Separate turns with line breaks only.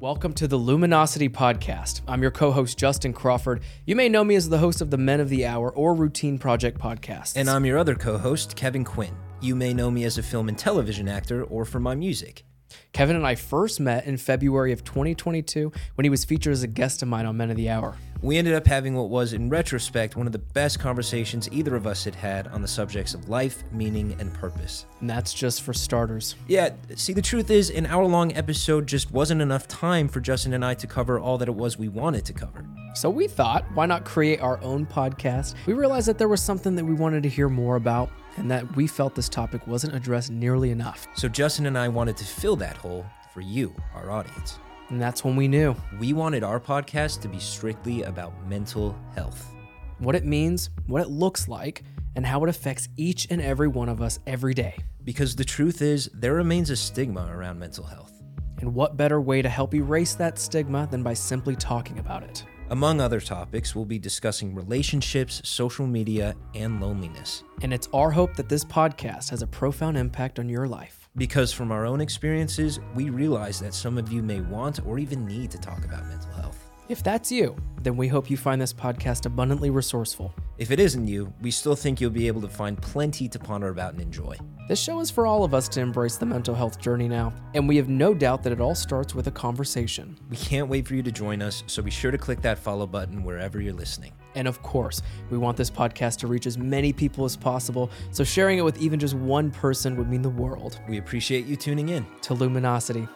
Welcome to the Luminosity Podcast. I'm your co host, Justin Crawford. You may know me as the host of the Men of the Hour or Routine Project podcasts.
And I'm your other co host, Kevin Quinn. You may know me as a film and television actor or for my music.
Kevin and I first met in February of 2022 when he was featured as a guest of mine on Men of the Hour.
We ended up having what was, in retrospect, one of the best conversations either of us had had on the subjects of life, meaning, and purpose.
And that's just for starters.
Yeah, see, the truth is, an hour long episode just wasn't enough time for Justin and I to cover all that it was we wanted to cover.
So we thought, why not create our own podcast? We realized that there was something that we wanted to hear more about and that we felt this topic wasn't addressed nearly enough.
So Justin and I wanted to fill that hole for you, our audience.
And that's when we knew
We wanted our podcast to be strictly about mental health.
what it means, what it looks like, and how it affects each and every one of us every day.
Because the truth is, there remains a stigma around mental health.
And what better way to help erase that stigma than by simply talking about it?
Among other topics, we'll be discussing relationships, social media, and loneliness.
And it's our hope that this podcast has a profound impact on your life.
Because from our own experiences, we realize that some of you may want or even need to talk about mental health.
If that's you, then we hope you find this podcast abundantly resourceful.
If it isn't you, we still think you'll be able to find plenty to ponder about and enjoy.
This show is for all of us to embrace the mental health journey now, and we have no doubt that it all starts with a conversation.
We can't wait for you to join us, so be sure to click that follow button wherever you're listening.
And of course, we want this podcast to reach as many people as possible, so sharing it with even just one person would mean the world.
We appreciate you tuning in.
To Luminosity.